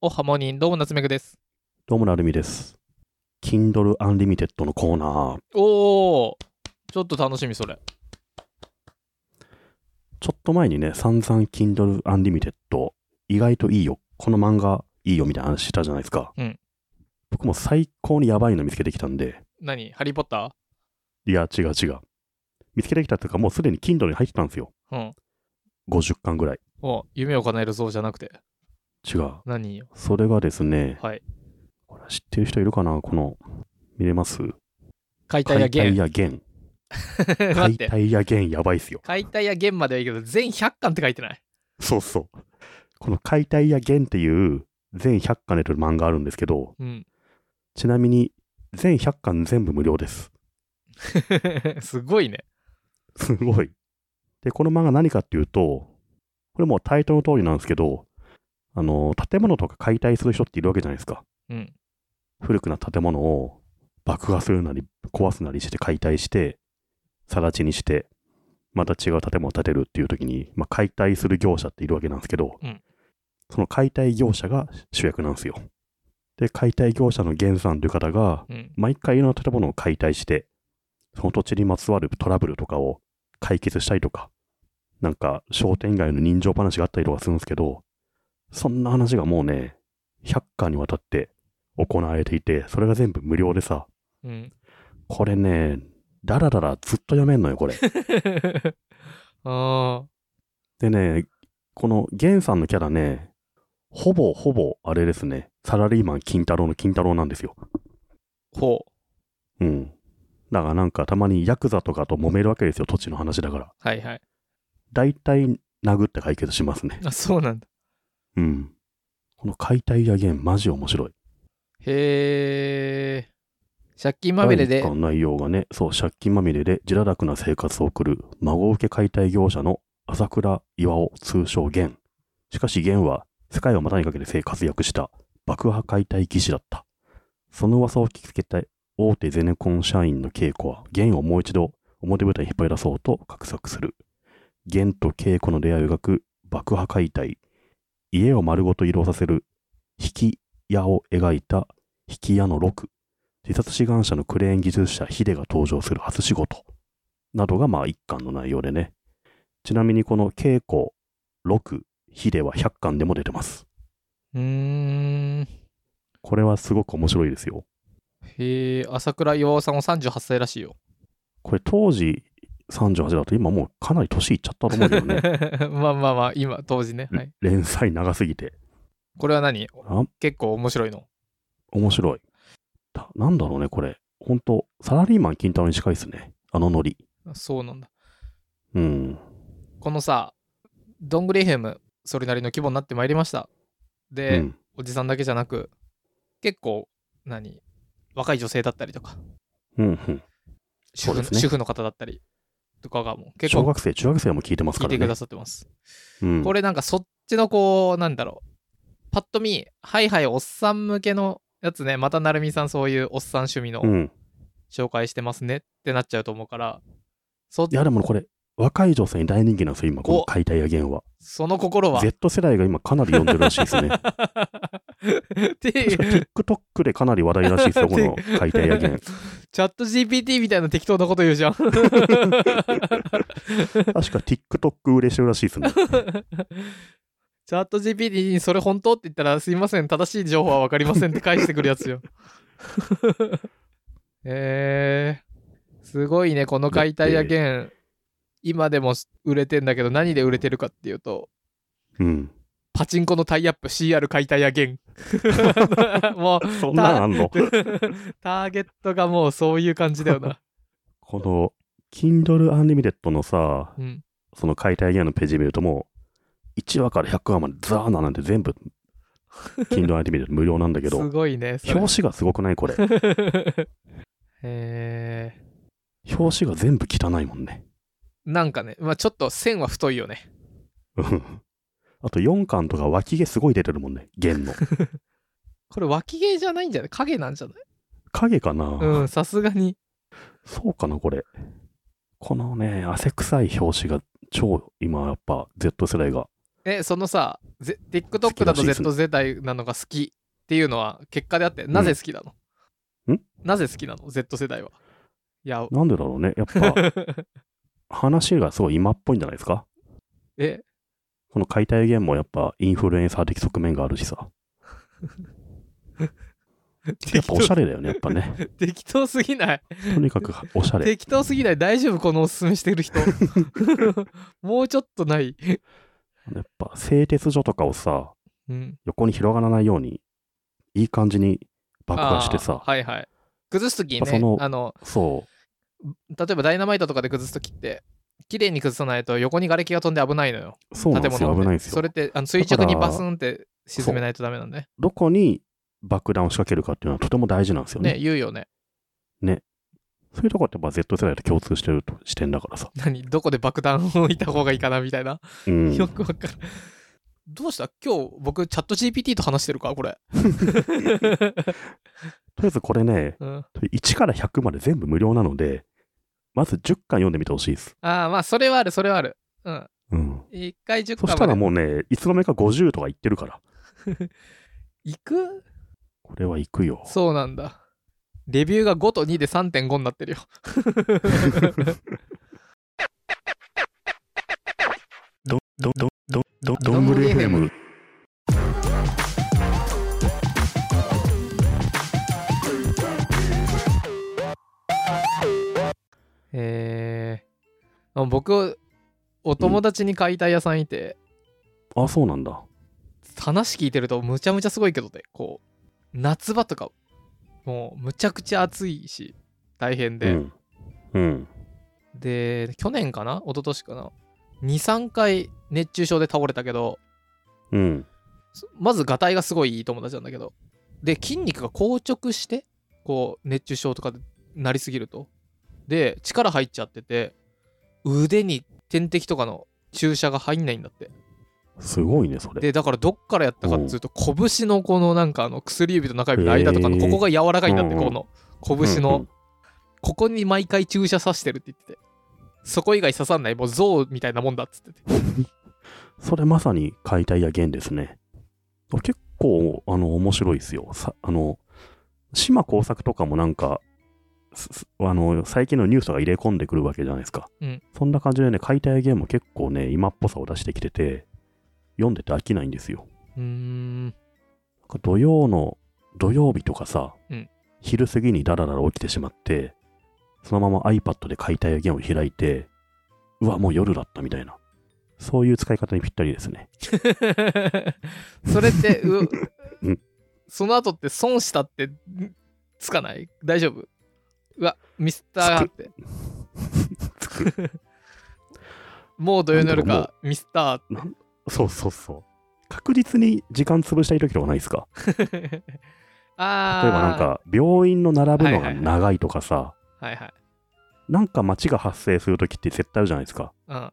おはモーニン、どうも、夏目くです。どうもなるみです。Kindle Unlimited のコーナー。おー、ちょっと楽しみ、それ。ちょっと前にね、散々 Kindle Unlimited 意外といいよ。この漫画いいよみたいな話したじゃないですか。うん僕も最高にやばいの見つけてきたんで、何ハリー・ポッタいや、違う違う。見つけてきたっていうか、もうすでに Kindle に入ってたんですよ。ーうん。 50巻ぐらい。お夢を叶えるそうじゃなくて。違う。何よ。それがですね、はい。これ知ってる人いるかなこの、見れます解体や解体弦。や弦。 待っ解て。体や弦やばいっすよ。解体や弦まではいいけど、全100巻って書いてない。そうそう。この解体や弦っていう全100巻出てる漫画あるんですけど、うん。ちなみに全100巻全部無料です。 すごいね。すごい。で、この漫画何かっていうと、これもうタイトルの通りなんですけど、あの、建物とか解体する人っているわけじゃないですか。うん。古くなった建物を爆破するなり壊すなりして解体して、更地にして、また違う建物を建てるっていう時に、まあ、解体する業者っているわけなんですけど、うんその解体業者が主役なんですよ。で、解体業者の源さんという方が、うん。毎回いろんな建物を解体して、その土地にまつわるトラブルとかを解決したりとか、なんか商店街の人情話があったりとかするんですけど、そんな話がもうね、100巻にわたって行われていて、それが全部無料でさ、うん。 これね、だらだらずっと読めんのよ、これ。あでね、このゲンさんのキャラね、ほぼほぼあれですね、サラリーマン金太郎の金太郎なんですよ。ー。ほう。うん。だからなんかたまにヤクザとかと揉めるわけですよ、土地の話だから。はいはい。大体殴って解決しますね。あ、そうなんだ。うん。この解体やゲン、マジ面白い。へー。借金まみれで第一。巻の内容がね、そう、借金まみれで、自堕落な生活を送る、孫受け解体業者の朝倉岩尾、通称ゲン。しかしゲンは、世界を股にかけて生活躍した、爆破解体技師だった。その噂を聞きつけた大手ゼネコン社員の稽古は、ゲンをもう一度表舞台に引っ張り出そうと画策する。ゲンと稽古の出会いを描く爆破解体、家を丸ごと移動させる、引き屋を描いた引き屋の6、自殺志願者のクレーン技術者ヒデが登場する初仕事などがまあ一巻の内容でね。ちなみにこの稽古6、ヒデは100巻でも出てます。うーん。これはすごく面白いですよ。へー。朝倉岩尾さんは38歳らしいよ。 これ当時38だと今もうかなり年いっちゃったと思うけどね。まあまあまあ、今、当時ね。 はい。連載長すぎて。これは何あ結構面白いの。面白い。たなんだろうね、これ。ほんと、サラリーマン金太郎に近いですね。あのノリ。そうなんだ。うん。このさ、ドングリヘム、それなりの規模になってまいりました。うで、ん。おじさんだけじゃなく、結構、何若い女性だったりとか、うんうん。主婦,、そうですね主婦の方だったりとかがもう結小構学生、中学生も聞いてま聞すいからてくねだ。さってます。うんこれなんかそっちのこう、なんだろう。パッと見、ハイハイおっさん向けのやつね、またなるみさんそういうおっさん趣味のうん。紹介してますねってなっちゃうと思うから、そいやでもこれ若い女性に大人気なんですよ今この解体や弦はその心は。 Z 世代が今かなり読んでるらしいですね っていう確か TikTok でかなり話題らしいですよ この解体や弦チャット GPT みたいな適当なこと言うじゃん。確か TikTok 売れしてるらしいですね チャット GPT にそれ本当って言ったらすいません、正しい情報は分かりませんって返してくるやつよ。えー、すごいね、この解体や弦。今でも売れてんだけど、何で売れてるかっていうと、うんパチンコのタイアップ CR 解体や 弦。もう、そんなんあ んのターゲットがもうそういう感じだよな。この Kindle Unlimited のさうん。その解体や弦のページ見るともう1話から100話までザーなんて全部 Kindle Unlimited 無料なんだ けすどごいね。それ表紙がすごくないこれ え表紙が全部汚いもんねー、なんかね、まあ、ちょっと線は太いよね。うんあと4巻とか脇毛すごい出てるもんね弦のこれ脇毛じゃないんじゃない影なんじゃない影かな、うん、さすがに。そうかな、これ。このね、汗臭い表紙が超今やっぱ Z 世代がえ、そのさ、ぜ TikTok だと好きらしいっすね Z 世代なのが好きっていうのは結果であって、なぜ好きなの、うんなぜ好きなの ?Z 世代は。いや、なんでだろうね。やっ ぱ話がすごい今っぽいんじゃないですか。え、この解体言もやっぱインフルエンサー的側面があるしさ。やっ適ぱおし当ゃれだよね、やっ ぱね。適当すぎない。とにかくおしゃれ。適当すぎない。大丈夫このおすすめしてる 人。もうちょっとない。やっぱ製鉄所とかをさ、うん。横に広がらないように、いい感じに爆破しあてさー、はいはい。崩すときにやっぱねその、あの、そ例えばダイナマイトとかで崩すときって、綺麗に崩さないと横に瓦礫が飛んで危ないのよ。う、そうなん建ですよ、物危ないんですそよれっ。てあの垂直にだからバスンって沈めないとダメなんで。どこに爆弾を仕掛けるかっていうのはとても大事なんですよね。ね、言うよね。そういうとこってやっぱ Z 世代と共通してると視点だからさ。何どこで爆弾を置いた方がいいかなみたいな。うん。よくわかる。どうした今日僕チャット GPT と話してるか これ。 とりあえずこれね、うん、 1から100まで全部無料なので、まず10巻読んでみてほしいです。ああ、まあそれはある、それはある。うん。うん。一回10そ巻したまらでもうね、いつの間にか50とか言ってるから。行くこれは行くよ。そうなんだ。レビューが5と2で3.5になってるよ。ど、ど、ど、ど、ど、どんぶり FM。えー、僕、お友達に解体屋さんいて、あ、そうなんだ。話聞いてるとむちゃむちゃすごいけどね、こう、夏場とか、もうむちゃくちゃ暑いし、大変うで、ん。うん。で、去年かな一昨年かな ?2、3回熱中症で倒れたけど、うん。そまず、がたいがすごいいい友達なんだけど、で、筋肉が硬直して、こう、熱中症とかでなりすぎると。で、力入っちゃってて、腕に点滴とかの注射が入んないんだって。すごいね、それ。で、だからどっからやったかっていうと、拳のこのなんかあの薬指と中指の間とかの、へこーこが柔らかいんだって、うんうんこの拳うんうのん、ここに毎回注射刺してるって言ってて、そこ以外刺さんない、もう象みたいなもんだっつってて。それまさに解体や弦ですね。結構、あの、面白いですよ。さあの、島工作とかもなんか、すすあの最近のニュースとか入れ込んでくるわけじゃないですか。うんそんな感じでね、解体や弦も結構ね、今っぽさを出してきてて、読んでて飽きないんですよ。うーん、なんか土曜の、土曜日とかさ、うん昼過ぎにダラダラ起きてしまって、そのまま iPad で解体や弦を開いて、うわ、もう夜だったみたいな。そういう使い方にぴったりですね。 それってう うんその後って損したってんつかない大丈夫うわミスターってつく もう土曜の夜なんだかミスターっそうそうそう。確実に時間潰したい時とかないですかて ああ例えばなんか病院の並ぶのはがいはいはい長いとかさ、はいはいなんか街が発生する時って絶対あるじゃないですか。うんあ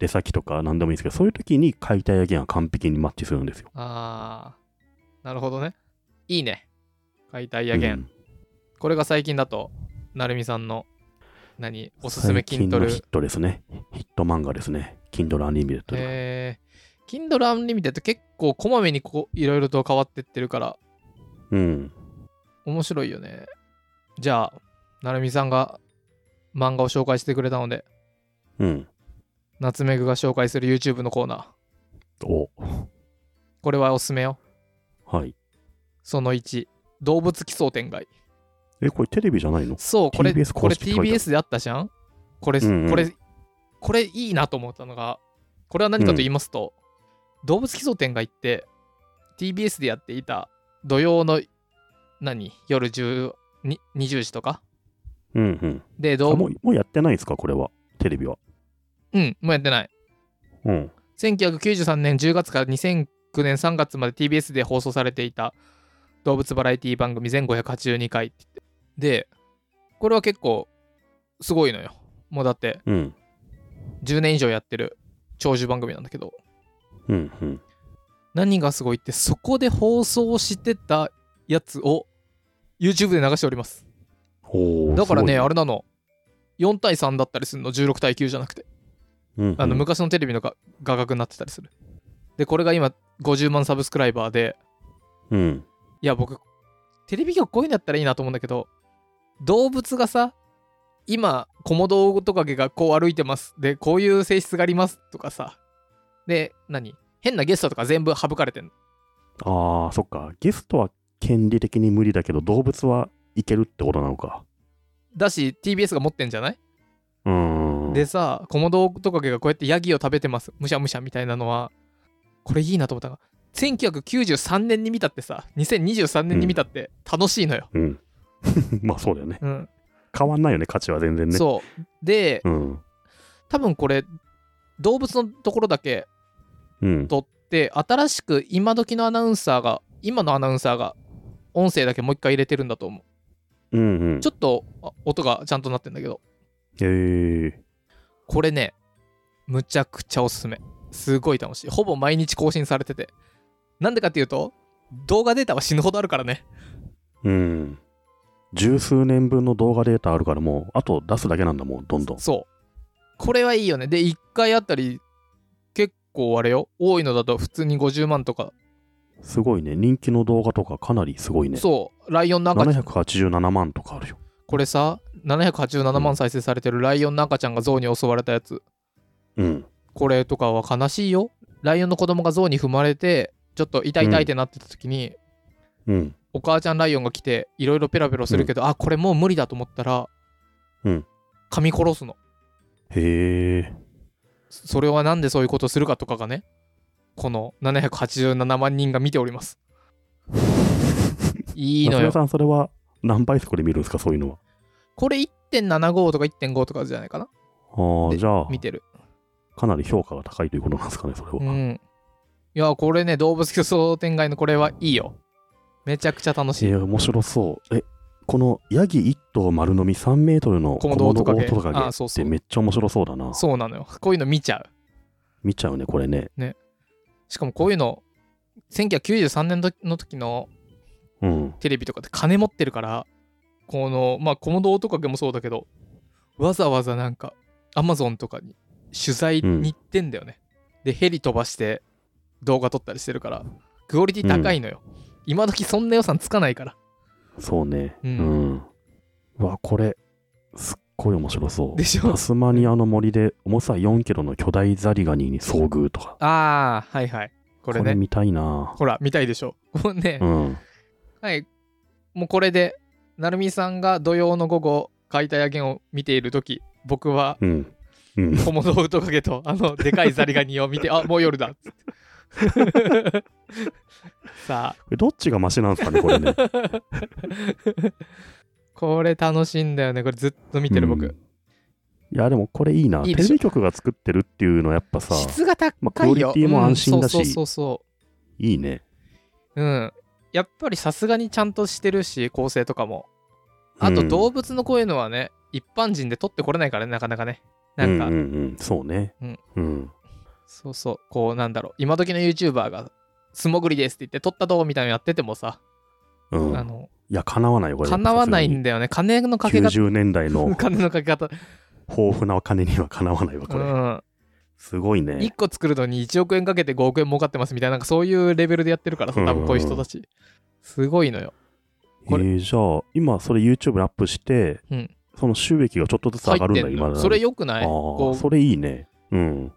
出先とか何でもいいですけど、そういう時に解体や弦は完璧にマッチするんですよ。あーなるほどねいいね解体やげん、うんこれが最近だとなるみさんの何おすすめ最近 Kindle のヒットですね。ヒット漫画ですね。Kindle Unlimited。えー、Kindle Unlimited 結構こまめにこういろいろと変わってってるからうん。面白いよねじゃあなるみさんが漫画を紹介してくれたのでうん。夏目ぐが紹介する YouTube のコーナーお、これはおすすめよはい。その1動物奇想天外え、これテレビじゃないのそうこれ TBS これ公式って書いてある TBS であったじゃんこれ、うんうんこれこれいいなと思ったのがこれは何かと言いますと、動物奇想天外って TBS でやっていた土曜の何夜10に20時とかうんうん。であ動物もうもうやってないですかこれは。テレビは。うんもうやってないうん。 1993年10月から2009年3月まで TBS で放送されていた動物バラエティ番組1582回って言ってでこれは結構すごいのよもうだってうん。 10年以上やってる長寿番組なんだけどうんうん。何がすごいってそこで放送してたやつを YouTube で流しておりますおーだからねすごいあれなの4対3だったりするの16対9じゃなくてうんうんあの昔のテレビのが画角になってたりするでこれが今50万サブスクライバーでうん。いや僕テレビ局こういうんだったらいいなと思うんだけど動物がさ今コモドオオトカゲがこう歩いてますでこういう性質がありますとかさで何変なゲストとか全部省かれてんのああ、そっか。ゲストは権利的に無理だけど、動物はいけるってことなのか。だし TBS が持ってんじゃない、うーん。でさコモドオオトカゲがこうやってヤギを食べてますむしゃむしゃみたいなのはこれいいなと思ったが1993年に見たってさ2023年に見たって楽しいのよ、うん。 まあそうだよね。うん変わんないよね、価値は全然ね。そうでう。うん。多分これ動物のところだけうん。撮って新しく今時のアナウンサーが今のアナウンサーが音声だけもう一回入れてるんだと思ううんうん。ちょっとあ音がちゃんとなってんだけどえー、これねむちゃくちゃおすすめすごい楽しいほぼ毎日更新されててなんでかっていうと動画データは死ぬほどあるからねうん。十数年分の動画データあるからもう、あと出すだけなんだもん、どんどん。そうこれはいいよねで1回あたり結構あれよ多いのだと普通に50万とか、すごいね。人気の動画とかかなりすごいね。そうライオンの赤ちゃん787万とかあるよ。これさ787万再生されてるライオンの赤ちゃんが象に襲われたやつうん。これとかは悲しいよライオンの子供が象に踏まれてちょっと痛い痛いってなってた時に、うん。お母ちゃんライオンが来ていろいろペラペラするけど、あこれもう無理だと思ったら、うん噛み殺すのへえ。それはなんでそういうことするかとかがねこの787万人が見ており ますいいの夏目よさん、それは何倍速で見るんですか、そういうのは。これ1.75とか1.5とかじゃないかなあであ、じゃあ、見てるかなり評価が高いということなんですかね、それは。うん。いや、これね、動物競争展開のこれはいいよ。めちゃくちゃ楽しえい。ー面白そう。え、このヤギ1頭丸飲み3メートルのコモドオオトカゲコモドオオトカゲあそうそうってめっちゃ面白そうだな。そうなのよ。こういうの見ちゃ見ちゃうね、これね。う。しかもこういうの、1993年の時の時のうん。テレビとかって金持ってるから、この、まあ、コモドオオトカゲもそうだけど、わざわざなんか、アマゾンとかに取材に行ってんだよね。で、ヘリ飛ばして動画撮ったりしてるから、クオリティ高いのよ。今時そんな予算つかないから。そうね。ううんん。うわ、これ、すっごい面白そう。でしょタスマニアの森で重さ4キロの巨大ザリガニに遭遇とか。ああ、はいはい。ここれれね。見たいな。ほら、見たいでしょ。これね、うん。はい。もうこれで、なるみさんが土曜の午後、解体やげんを見ているとき、僕は、うん。うん。コモドオウトカゲと、あの、でかいザリガニを見て、あ、もう夜だっつって。 さあ、えどっちがマシなんですかね、こ れね。これ楽しいんだよね。これずっと見てる僕。うんいや、でもこれいいな。いいでテしょレビ局が作ってるっていうのはやっぱさ、質が高いよ。まあクオリティも安心だしうんそうそうそういいね。そう。うん。やっぱりさすがにちゃんとしてるし、構成とかも。あと、うん動物の声のはね、一般人で取ってこれないからね、なかなかね。なんかうん、うんうん、そうね。うんうん。そうそう、こうなんだろう、今時の YouTuber が素潜りですって言って撮ったどうみたいなのやっててもさ、うん。あの、いや、かなわないよ、これ。かなわないんだ。だよね。金のかけ方、 90年代の金のかけ方。豊富な金にはかなわないわ、こうれ。ん。すごい1ね。個作るのに1億円かけて5億円儲かってますみたいな、なんかそういうレベルでやってるからさ、多分こういう人たち。すごいのよ。えー、じゃあ、今、それ YouTube にアップして、うんその収益がちょっとずつ上がるんだ、入ってん今のだそれよくないああ、こうそれいいね。うん。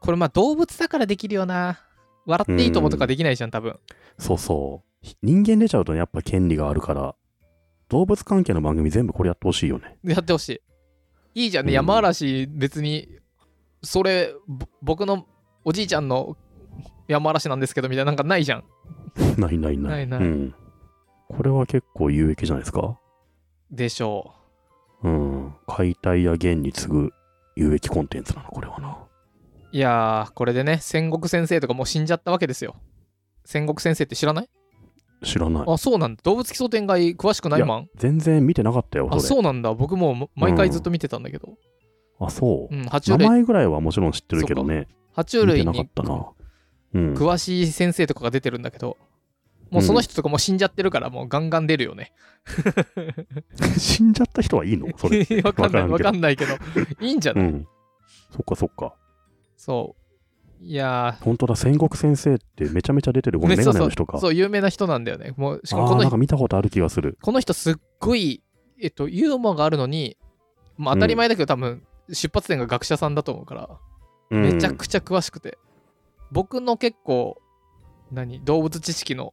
これまあ動物だからできるよな。笑っていいともとかできないじゃん、多分。そうそう。人間出ちゃうとね、やっぱ権利があるから、動物関係の番組全部これやってほしいよね。やってほしい。いいじゃんね、うん山嵐別に、それ、ぼ僕のおじいちゃんの山嵐なんですけどみたいな、なんかないじゃん。ないないない。ないないうん。これは結構有益じゃないですか。でしょうん。解体や現に次ぐ有益コンテンツなの、これはな。う。いやー、これでね、戦国先生とかもう死んじゃったわけですよ。戦国先生って知らない知らない。あ、そうなんだ。動物奇想天外詳しくないいやマン全然見てなかったよ、それ。あ、そうなんだ。僕もう毎回ずっと見てたんだけど。あ、そうう。ん、爬虫名類、前ぐらいはもちろん知ってるけどね。爬虫見て類なかっにたな。うん。詳しい先生とかが出てるんだけど、もうその人とかもう死んじゃってるから、もうガンガン出るよね。 死んじゃった人はいいの それ。わかんない、わわかかんないけど、いいんじゃないうん。そっかそっか。そう。いや本当だ、戦国先生ってめちゃめちゃ出てる、ーこのねメそガうネそのう人か。そう有名な人なんだよねもうしかもあこあー、なんのか見たことある気がする。この人すっごい、えっと、ユーモアがあるのに、まあ、当たり前だけど、多分出発点が学者さんだと思うからうんめちゃくちゃ詳しくて、僕の結構何動物知識の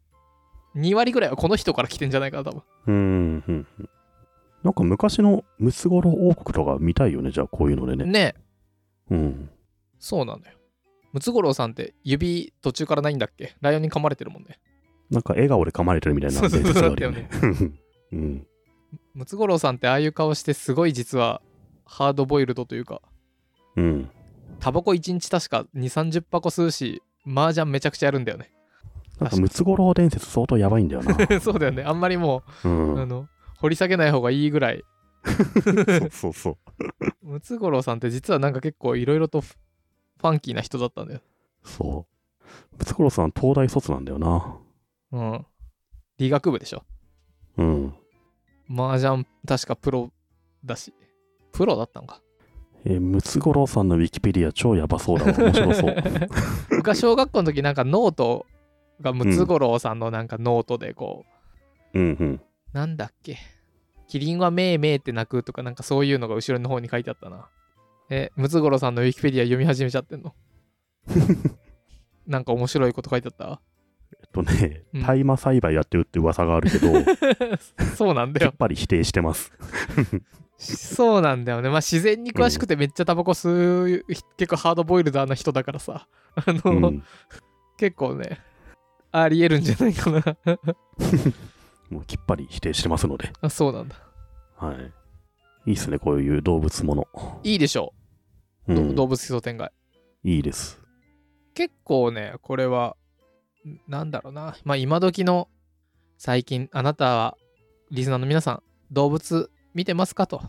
2割ぐらいはこの人から来てんじゃないかな多分うんうんうんなんか昔のムツゴロウ王国とか見たいよね、じゃあこういうのでね。ねえうん。そうなのよムツゴロウさんって指途中からないんだっけライオンに噛まれてるもんねなんか笑顔で噛まれてるみたいなそうそうそう伝説があるよね。 うん。ムツゴロウさんってああいう顔してすごい実はハードボイルドというかうん。タバコ1日確か2 3 0箱吸うし麻雀めちゃくちゃやるんだよねなんかムツゴロウ伝説相当やばいんだよ な。そうだよねあんまりもうう、あん。の掘り下げない方がいいぐらいそうそうそう。ムツゴロウさんって実はなんか結構いろいろとフファンキーな人だったんだよそう。ムツゴロウさん東大卒なんだよな。うん理学部でしょうん。麻雀確かプロだしプロだったのかえームツゴロウさんのウィキペディア超やばそうだわ。面白 そう。僕は小学校の時なんかノートがムツゴロウさんのなんかノートでこう、 うんうん。なんだっけキリンはめいめいって鳴くとかなんかそういうのが後ろの方に書いてあったなえムツゴロウさんのウィキペディア読み始めちゃ ってんのなんか面白いこと書いてあっえっとねうん、大麻栽培やってるって噂があるけど、やったそうなんだよぱり否定してます。そうなんだよね。まあ自然に詳しくてめっちゃタバコ吸う、結構ハードボイルダーな人だからさ。 あ うの、ん。結構ね、ありえるんじゃないかな。 もうきっぱり否定してますので。あそうなんだ。はい。いいっすね、こういう動物もの。いいでしょうう。どん、動物奇想天外。いいです。結構ね、これは、んなんだろうな。まあ今時の最近、あなたは、リスナーの皆さん、動物見てますかと。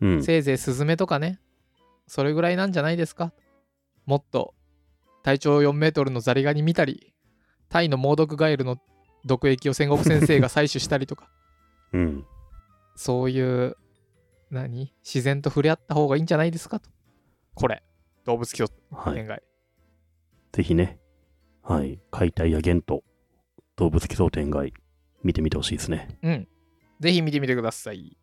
うん。せいぜいスズメとかね、それぐらいなんじゃないですかもっと体長4メートルのザリガニ見たり、タイの猛毒ガエルの毒液を戦国先生が採取したりと か、うん。そういう、何自然と触れ合った方がいいんじゃないですかと。これ、動物教はい天。外。ぜひね、はい、解体や弦と動物奇想天外見てみてほしいですね。うん。ぜひ見てみてください。